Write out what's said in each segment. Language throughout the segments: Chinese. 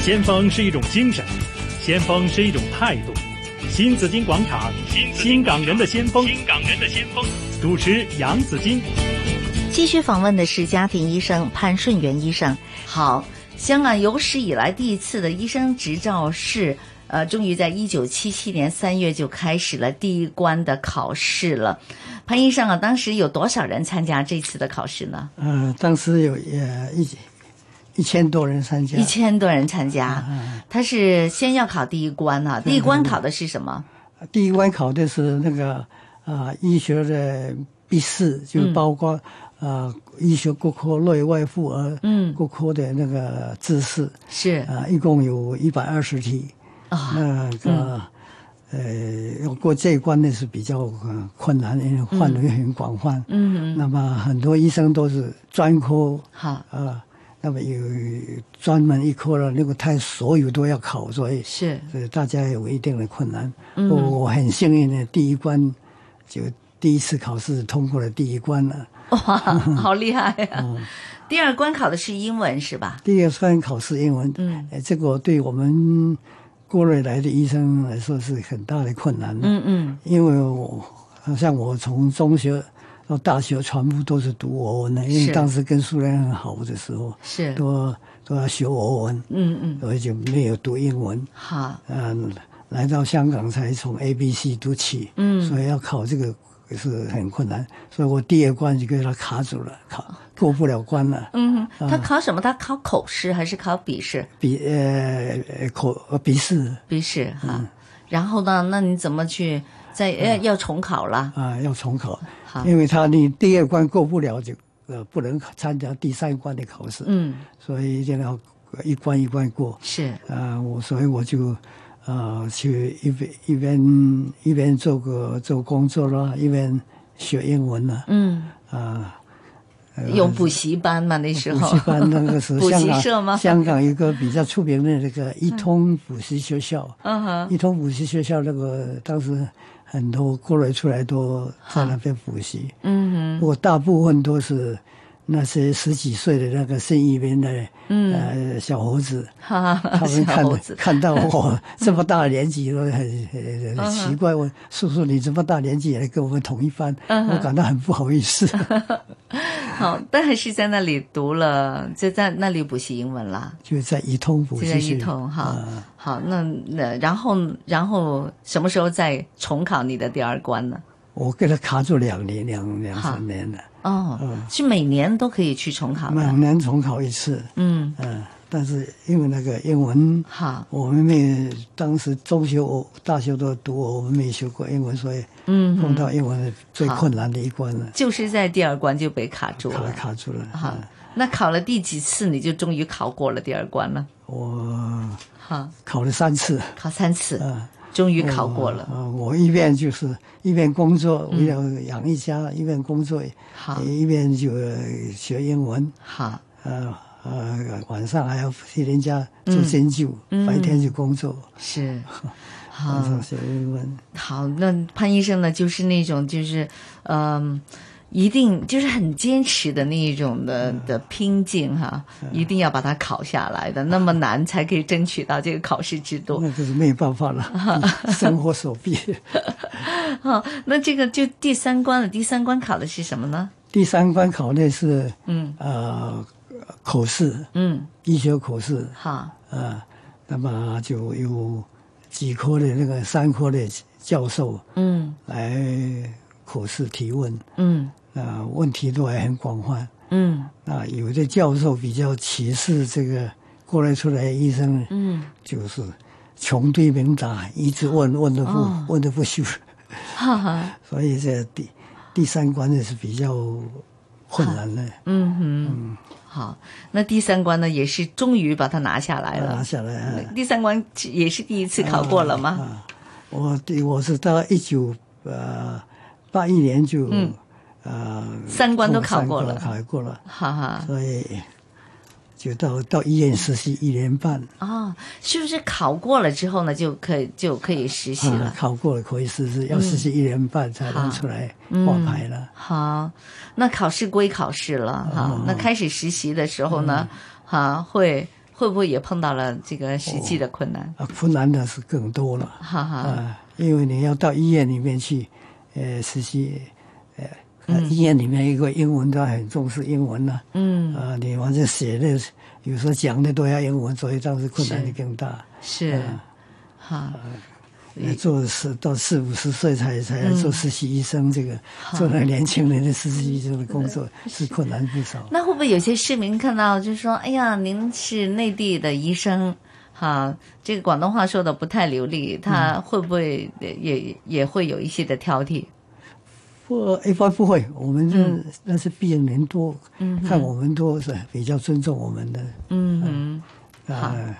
先锋是一种精神，先锋是一种态度。新紫金广场，新港人的先锋，新港人的先锋。主持杨紫金。继续访问的是家庭医生潘顺元医生。好，香港有史以来第一次的医生执照是，呃，终于在一九七七年三月就开始了第一关的考试了。潘医生啊，当时有多少人参加这次的考试呢？呃，当时有呃一一千多人参加一，千啊多人参加，他是先要考第一关啊。第一关对考的是什么？第一关考的是那个啊、呃医学的笔试，嗯就包括啊、呃医学各科内外妇儿嗯各科的那个知识是啊、一共有一百二十题，啊，那个。呃，要过这一关呢是比较呃困难，因为范围很广泛。嗯，那么很多医生都是专科好啊，那么有专门一科了，那个他所有都要考，所以是 所以大家有一定的困难。嗯我我很幸运的，第一关就第一次考试通过了第一关了。哇，好厉害呀、第二关考的是英文是吧？第二关考试英文，嗯呃，这个对我们过来来的医生来说是很大的困难。嗯嗯，因为我好像我从中学到大学全部都是读俄文的，因是为当时跟苏联很好的时候，是，都都要学俄文，嗯嗯，所以就没有读英文。好，嗯，来到香港才从 A、B、C 读起，嗯所以要考这个是很困难，所以我第二关就给他卡住了，考过不了关了。嗯，他考什么？他考口试还是考笔试？笔呃呃口呃笔试笔试哈、嗯然后呢？那你怎么去再要要重考了？啊要重考好，嗯因为他你第二关过不了就呃不能参加第三关的考试，嗯，所以就要一关一关过。是啊，我所以我就呃去一边一边一边做个做工作啦，一边学英文啦。嗯，啊，有补习班嘛？那时补候习班那个是哦 补香习社吗港香港一个比较出名的那个一通补习学校，嗯哼，一通补习学校那个当时很多过来出来都在那边补习，嗯我大部分都是那些十几岁的那个新移民的、嗯呃小猴子。哼，哈哈， 他们 小看猴到子，看到我这么大的年纪都很嗯很很奇怪。我叔叔，你这么大年纪也来跟我们同一班，嗯我感到很不好意思。好，但还是在那里读了，就在那里补习英文啦， 就在一通补就在一习去，通哈啊。好，那那然后然后什么时候再重考你的第二关呢？我给他卡住两年，两两好三年了，哦，嗯是每年都可以去重考的两。年重考一次。嗯，嗯、但是因为那个英文，好，我们没当时中学、我大学都读，我们没学过英文，所以嗯碰到英文的最困难的一关了，就是在第二关就被卡住卡了。卡住了。好嗯，那考了第几次你就终于考过了第二关了？嗯我好，考了三次，考三次，嗯、终于考过了。嗯啊、我一边就是一边工作，为了养一家，一边工作，好一边就呃学英文，好，呃呃，晚上还要去人家做针灸，嗯白天就工作，是， 晚好。上学英文。好，那潘医生呢，就是那种就是，嗯、一定就是很坚持的那一种的的拼劲哈、一定要把它考下来的，那么难才可以争取到这个考试制度。那就是没有办法 了，生活所逼。 好、那这个就第三关了，第三关考的是什么呢？第三关考的是，嗯呃，口试，嗯，医学口试，好，呃，那么就有几科的那个三科的教授嗯来口试提问。嗯啊，问题都还很广泛。嗯啊，有的教授比较歧视这个过来出来的医生，嗯，就是穷追猛打，一直问问的不、哦问的不休， 哈哈，所以这第第三关呢是比较困难的，嗯哼，好，那第三关呢，也是终于把它拿下来拿了。下来啊。第三关也是第一次考过了吗？啊，我对我是到一九呃八一年就、呃嗯三关都考过了三关考过了，哈哈。所以就到到医院实习一年半。哦，是不是考过了之后呢，就可以就可以实习啊了？，考过了可以试试，要实习一年半才能出来挂牌了。好，啊嗯那考试归考试了哈、那开始实习的时候呢，哈、会会不会也碰到了这个实际的困难？啊，困难的是更多了哈哈，啊，因为你要到医院里面去，呃，实习，呃，医院里面一个英文他很重视英文呢、嗯，啊，你反正写的有时候讲的都要英文，所以当时困难是就更大。是，啊哈，呃做十到四五十岁才才来做实习医生，这个做那个年轻人的实习医生的工作是困难不少。那会不会有些市民看到就说：“哎呀，您是内地的医生，哈、这个广东话说的不太流利，嗯他会不会也也也会有一些的挑剔不，一般不会，我们这那是毕业年多，嗯哼看我们都是比较尊重我们的？”嗯哼，好啊。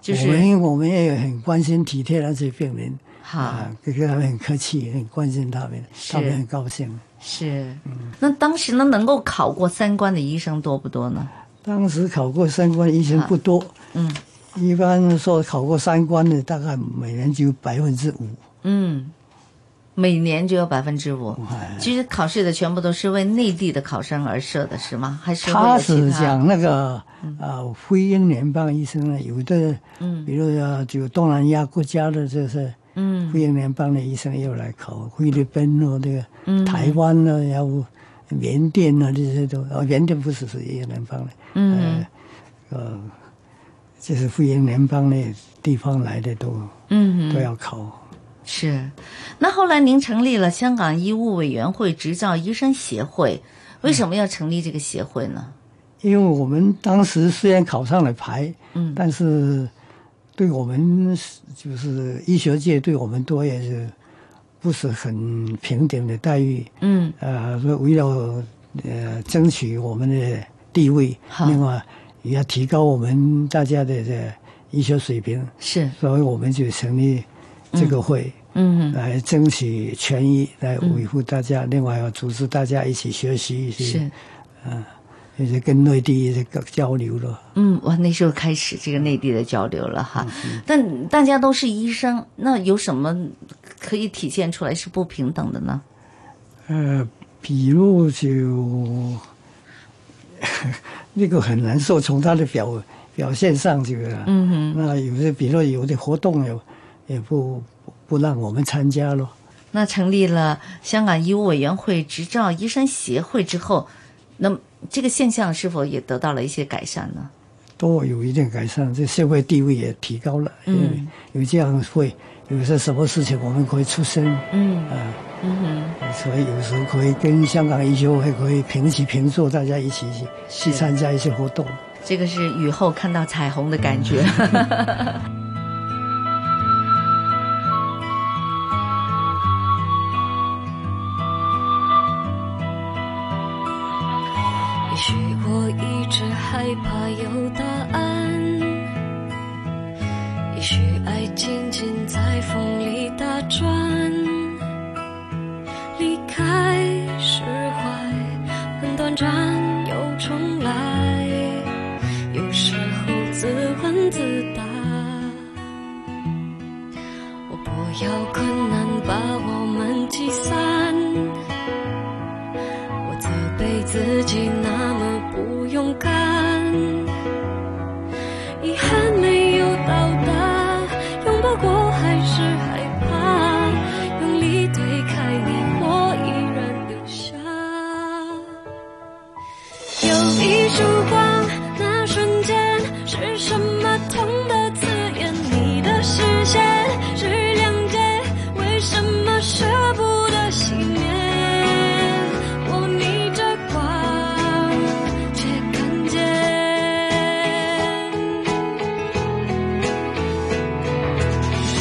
就我是们我们也很关心体贴那些病人，好啊，给他们很客气，很关心他们，是他们很高兴。是。嗯那当时呢，能够考过三关的医生多不多呢？当时考过三关的医生不多，嗯一般说考过三关的大概每年只有百分之五。嗯，每年就有百分之五。哎其实考试的全部都是为内地的考生而设的，是吗？还是会他有其是他？嗯讲那个呃，非英联邦医生呢，有的，比如呃，就东南亚国家的，就是嗯非英联邦的医生也有来考，菲律宾哦，这嗯个台湾呢，然后缅甸啊这些都，哦，缅甸不是是英联邦的，嗯呃，呃，就是非英联邦的地方来的都嗯哼都要考。是，那后来您成立了香港医务委员会执照医生协会，为什么要成立这个协会呢？因为我们当时虽然考上了牌，嗯但是对我们是就是医学界对我们都也是不是很平等的待遇，嗯呃，所以为了呃争取我们的地位好，另外也要提高我们大家的这医学水平，是，所以我们就成立这个会。嗯哼来争取权益，来维护大家。另外，要组织大家一起学习，一起是，也是跟内地这个交流了。嗯，哇，那时候开始这个内地的交流了哈。但大家都是医生，那有什么可以体现出来是不平等的呢？呃，比如就 那个很难说，从他的表表现上这个，嗯哼，那有些比如有的活动也也不不让我们参加咯。那成立了香港医务委员会执照医生协会之后，那么这个现象是否也得到了一些改善呢？都有一定改善，这社会地位也提高了。嗯因为有这样会，有些什么事情我们可以出声啊、嗯嗯哼。所以有时候可以跟香港医学会可以平起平坐，大家一起去去参加一些活动。这个是雨后看到彩虹的感觉。也许我一直害怕有答案，也许爱静静在风里打转，离开释怀，很短暂又重来，有时候自问自答，我不要困难把我们击散。我责备自己那么不勇敢，遗憾没有到达，拥抱过还是害怕，用力推开你，我依然留下。有一束光，那瞬间是什么痛的刺眼？你的视线是谅解，为什么舍不得熄灭？我逆着光，却看见，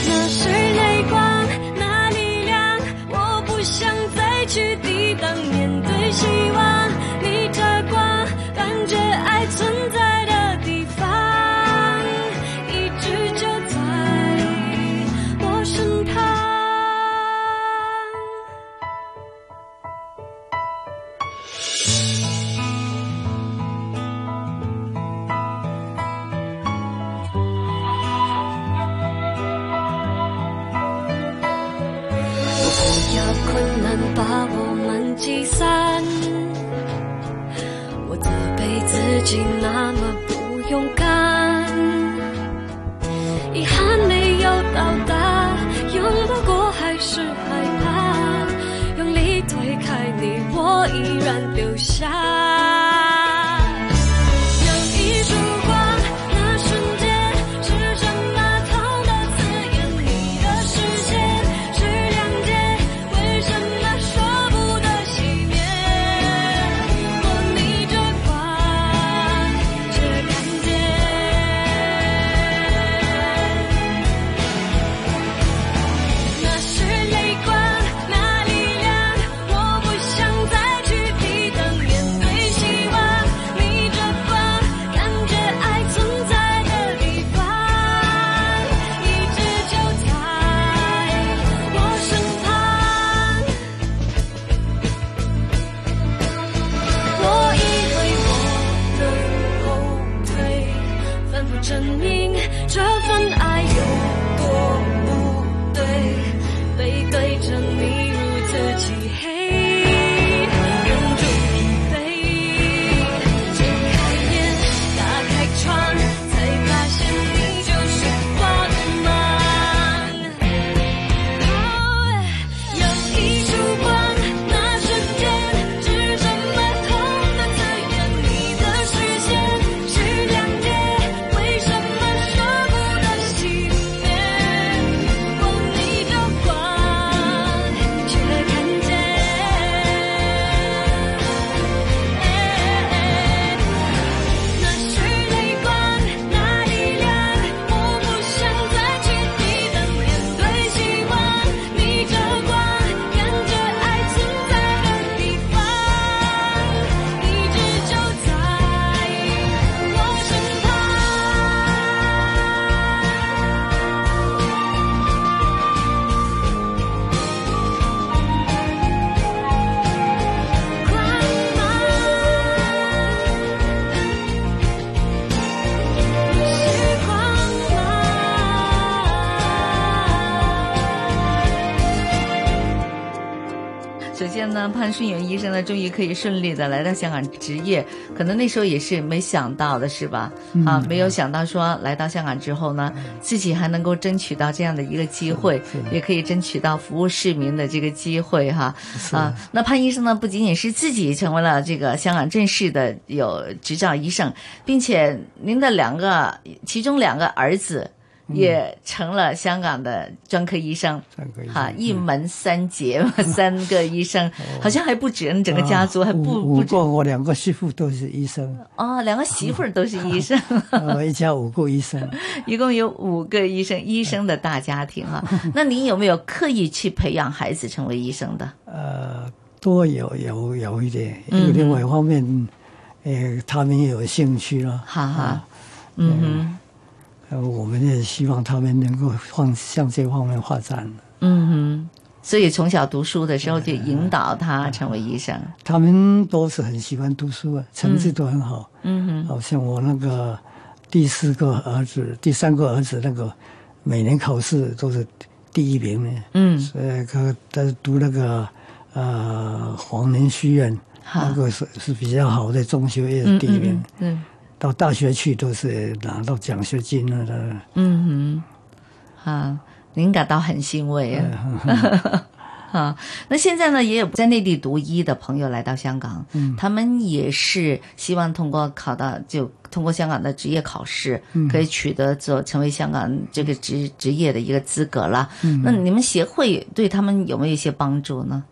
那是泪光，那力量，我不想再去抵挡，面对希望，逆着光，感觉爱存在的地方，一直就在我身旁。要困难把我们击散。我责备自己那么不勇敢，下。有一束光，那瞬间是什么痛得刺眼？你的视线是谅解，为什么舍不得熄灭？我眯着光，却看见。那是泪光，那力量，我不想再去抵挡。面对希望，逆着光，感觉爱存在的地方，一直就在我身旁。我以为我能后退，反复证明这份爱有多不对，背对着你如此漆黑，忍住疲惫，睁开眼，打开窗，才发现你就是我的梦。有一束光，那瞬间是什么痛的刺眼？你的视线是谅解，为什么舍不得熄灭？我逆着光，却看见。那是泪光，那力量，我不想再去抵挡。面对希望，逆着光，感觉爱存在的地方，一直就在我身旁。快慢。是光啊芒。首先呢，潘顺元医生呢，终于可以顺利的来到香港执业，可能那时候也是没想到的，是吧？啊，没有想到说来到香港之后呢，自己还能够争取到这样的一个机会，也可以争取到服务市民的这个机会哈。啊，那潘医生呢，不仅仅是自己成为了这个香港正式的有执照医生，并且您的两个，其中两个儿子。也成了香港的专科医生，专科医生嗯哈，一门三杰嘛， 三个医生，好像还不止，你整啊个家族还不、哦不五五止个，我两个媳妇都是 医生，哦，两个媳妇儿都是医 生，呃，一家五个医生。一共有五个医生，医生的大家庭哈。那您有没有刻意去培养孩子成为医生的？呃，多有有有一点，嗯有另外一方面，呃，他们也有兴趣了。哈哈啊，嗯哼。呃，我们也希望他们能够放向这方面发展。嗯哼，所以从小读书的时候就引导他成为医生。他们都是很喜欢读书啊，成绩都很好。嗯哼，好像我那个第四个儿子、第三个儿子，那个每年考试都是第一名呢。嗯呃，可他读那个呃黄仁书院，哈那个是是比较好的中学也是嗯第一名。嗯嗯到大学去都是拿到奖学金了的。嗯哼，啊，您感到很欣慰啊。 啊，那现在呢，也有在内地读医的朋友来到香港，他们也是希望通过考到就通过香港的职业考试，可以取得做成为香港这个职职业的一个资格了。那你们协会对他们有没有一些帮助呢？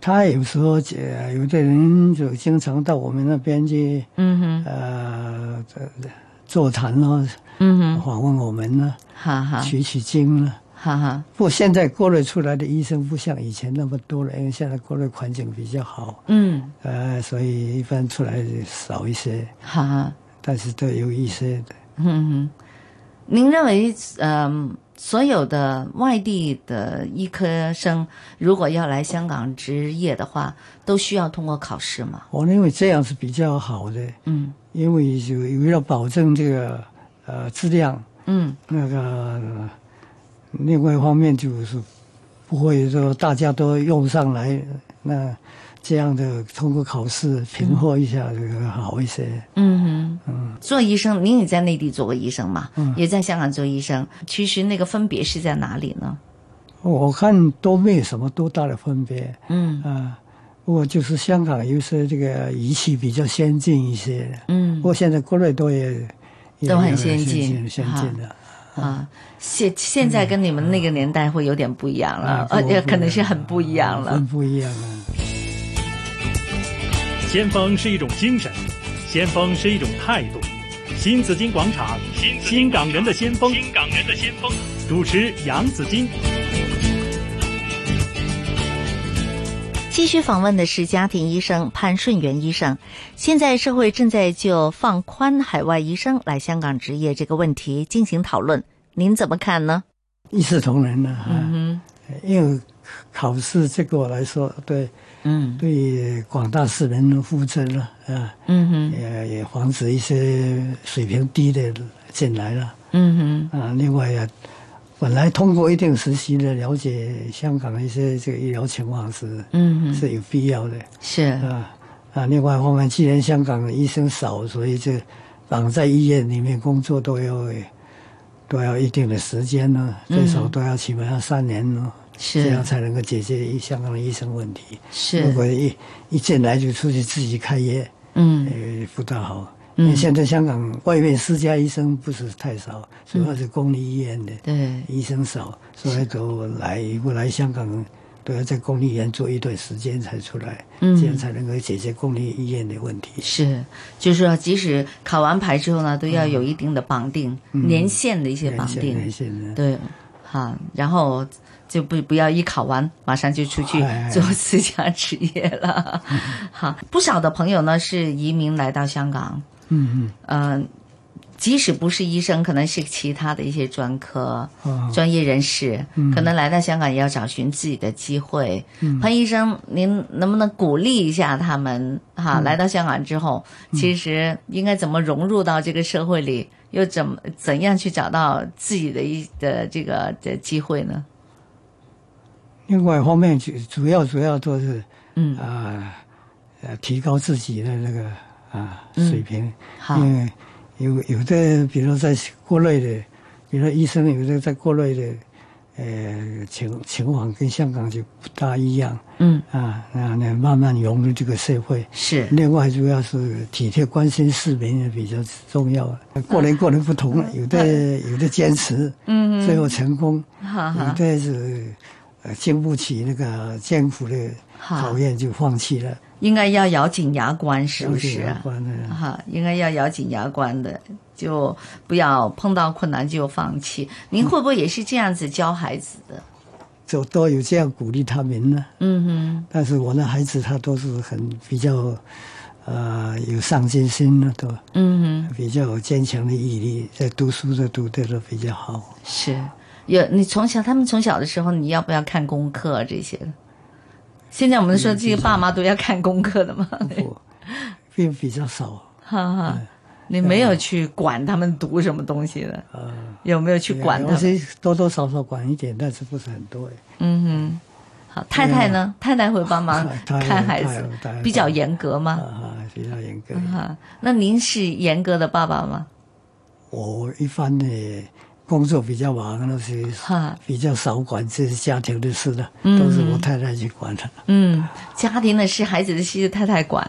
他有时候呃，有的人就经常到我们那边去，嗯哼，呃，这座谈咯，嗯哼，访问我们呢，哈哈，取取经呢。哈哈。不过现在国内出来的医生不像以前那么多了，因为现在国内环境比较好，嗯，呃，所以一般出来的少一些，哈哈，但是都有一些的。嗯，您认为，嗯、所有的外地的医科生如果要来香港执业的话，都需要通过考试吗？我认为这样是比较好的，嗯因为就为了保证这个呃质量，嗯那个另外一方面就是不会说大家都用上来，那这样的通过考试评核一下这个好一些。嗯哼，做医生，您也在内地做过医生嘛？嗯，也在香港做医生，其实那个分别是在哪里呢？我看都没有什么多大的分别嗯啊。不过就是香港有一些这个仪器比较先进一些，嗯不过现在国内都也也都很有先进先先哈进的。啊，现现在跟你们那个年代会有点不一样了，嗯而不且不啊呃可能是很不一样了很。不一样了。先锋是一种精神，先锋是一种态度。新紫金广场，新新港人的先锋，新港人的先锋。主持杨紫金。继续访问的是家庭医生潘顺元医生。现在社会正在就放宽海外医生来香港执业这个问题进行讨论，您怎么看呢？一视同仁的、啊嗯因为考试结果来说，对哼，嗯对广大市民负责了啊，嗯哼也也防止一些水平低的进来了嗯哼啊。另外啊，本来通过一定时期的了解香港的一些这个医疗情况是嗯哼，是有必要的是啊啊。另外方面，既然香港的医生少，所以这绑在医院里面工作都要都要一定的时间呢、最少都要起码要三年呢、这样是才能够解决一香港的医生问题。如是，果一一进来就出去自己开业，嗯呃，不大好。嗯嗯因为现在香港外面私家医生不是太少，主要是公立医院的对，医生少，所以都来如果来香港都要在公立医院做一段时间才出来，嗯这样才能够解决公立医院的问题。是，就是说，即使考完牌之后呢，都要有一定的绑定、嗯年限的一些绑现定在，现在对，哈，然后就不不要一考完马上就出去哎做私家职业了，哈，不少的朋友呢是移民来到香港，嗯嗯、即使不是医生，可能是其他的一些专科，嗯啊，专业人士，可能来到香港也要找寻自己的机会。潘医生，您能不能鼓励一下他们？哈，来到香港之后，其实应该怎么融入到这个社会里，又怎么怎样去找到自己的一的这个的机会呢？另外方面主主要主要都是嗯，啊呃提高自己的那个啊嗯水平。好，因为嗯有有的，比如在国内的，比如说医生有的在国内的，呃，情情况跟香港就不大一样嗯，啊，那那慢慢融入这个社会。是，另外，主要是体贴关心市民也比较重要。过人过人不同了，有的有的坚持，嗯，最后成功；哈有哈，的是呃经不起那个艰苦的好考验就放弃了，应该要咬紧牙关，是不了解是？啊有关的哈，应该要咬紧牙关的，就不要碰到困难就放弃。您会不会也是这样子教孩子的？就都有这样鼓励他们呢。嗯哼，但是我那孩子他都是很比较，呃，有上进心的，都嗯比较有坚强的毅力，在读书的读的都比较好哼，。是有你从小他们从小的时候，你要不要看功课啊这些的？现在我嗯们说这些爸妈都要看功课的嘛，我并比较少， 哈哈，你没有去管他们读什么东西的，呃，有没有去管他而们？且多多少少管一点，但是不是很多。哎嗯哼，好，太太呢？太太会帮忙嗯 太太看孩太子太，比较严格啊吗？啊，比较严格。啊，那您是严格的爸爸吗？我一般的工作比较忙，那些哈，比较少管这些家庭的事的，都是我太太去管的。嗯，家庭的事、孩子的事，太太 管。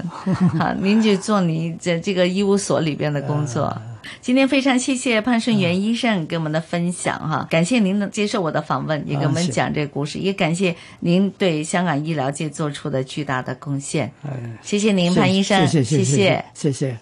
好，您就做你这这个医务所里边的工作。今天非常谢谢潘顺元医生给我们的分享哈，感谢您能接受我的访问，也给我啊们谢讲这个故事，也感谢您对香港医疗界做出的巨大的贡献。哎谢谢您，潘医生，谢谢谢谢谢谢谢。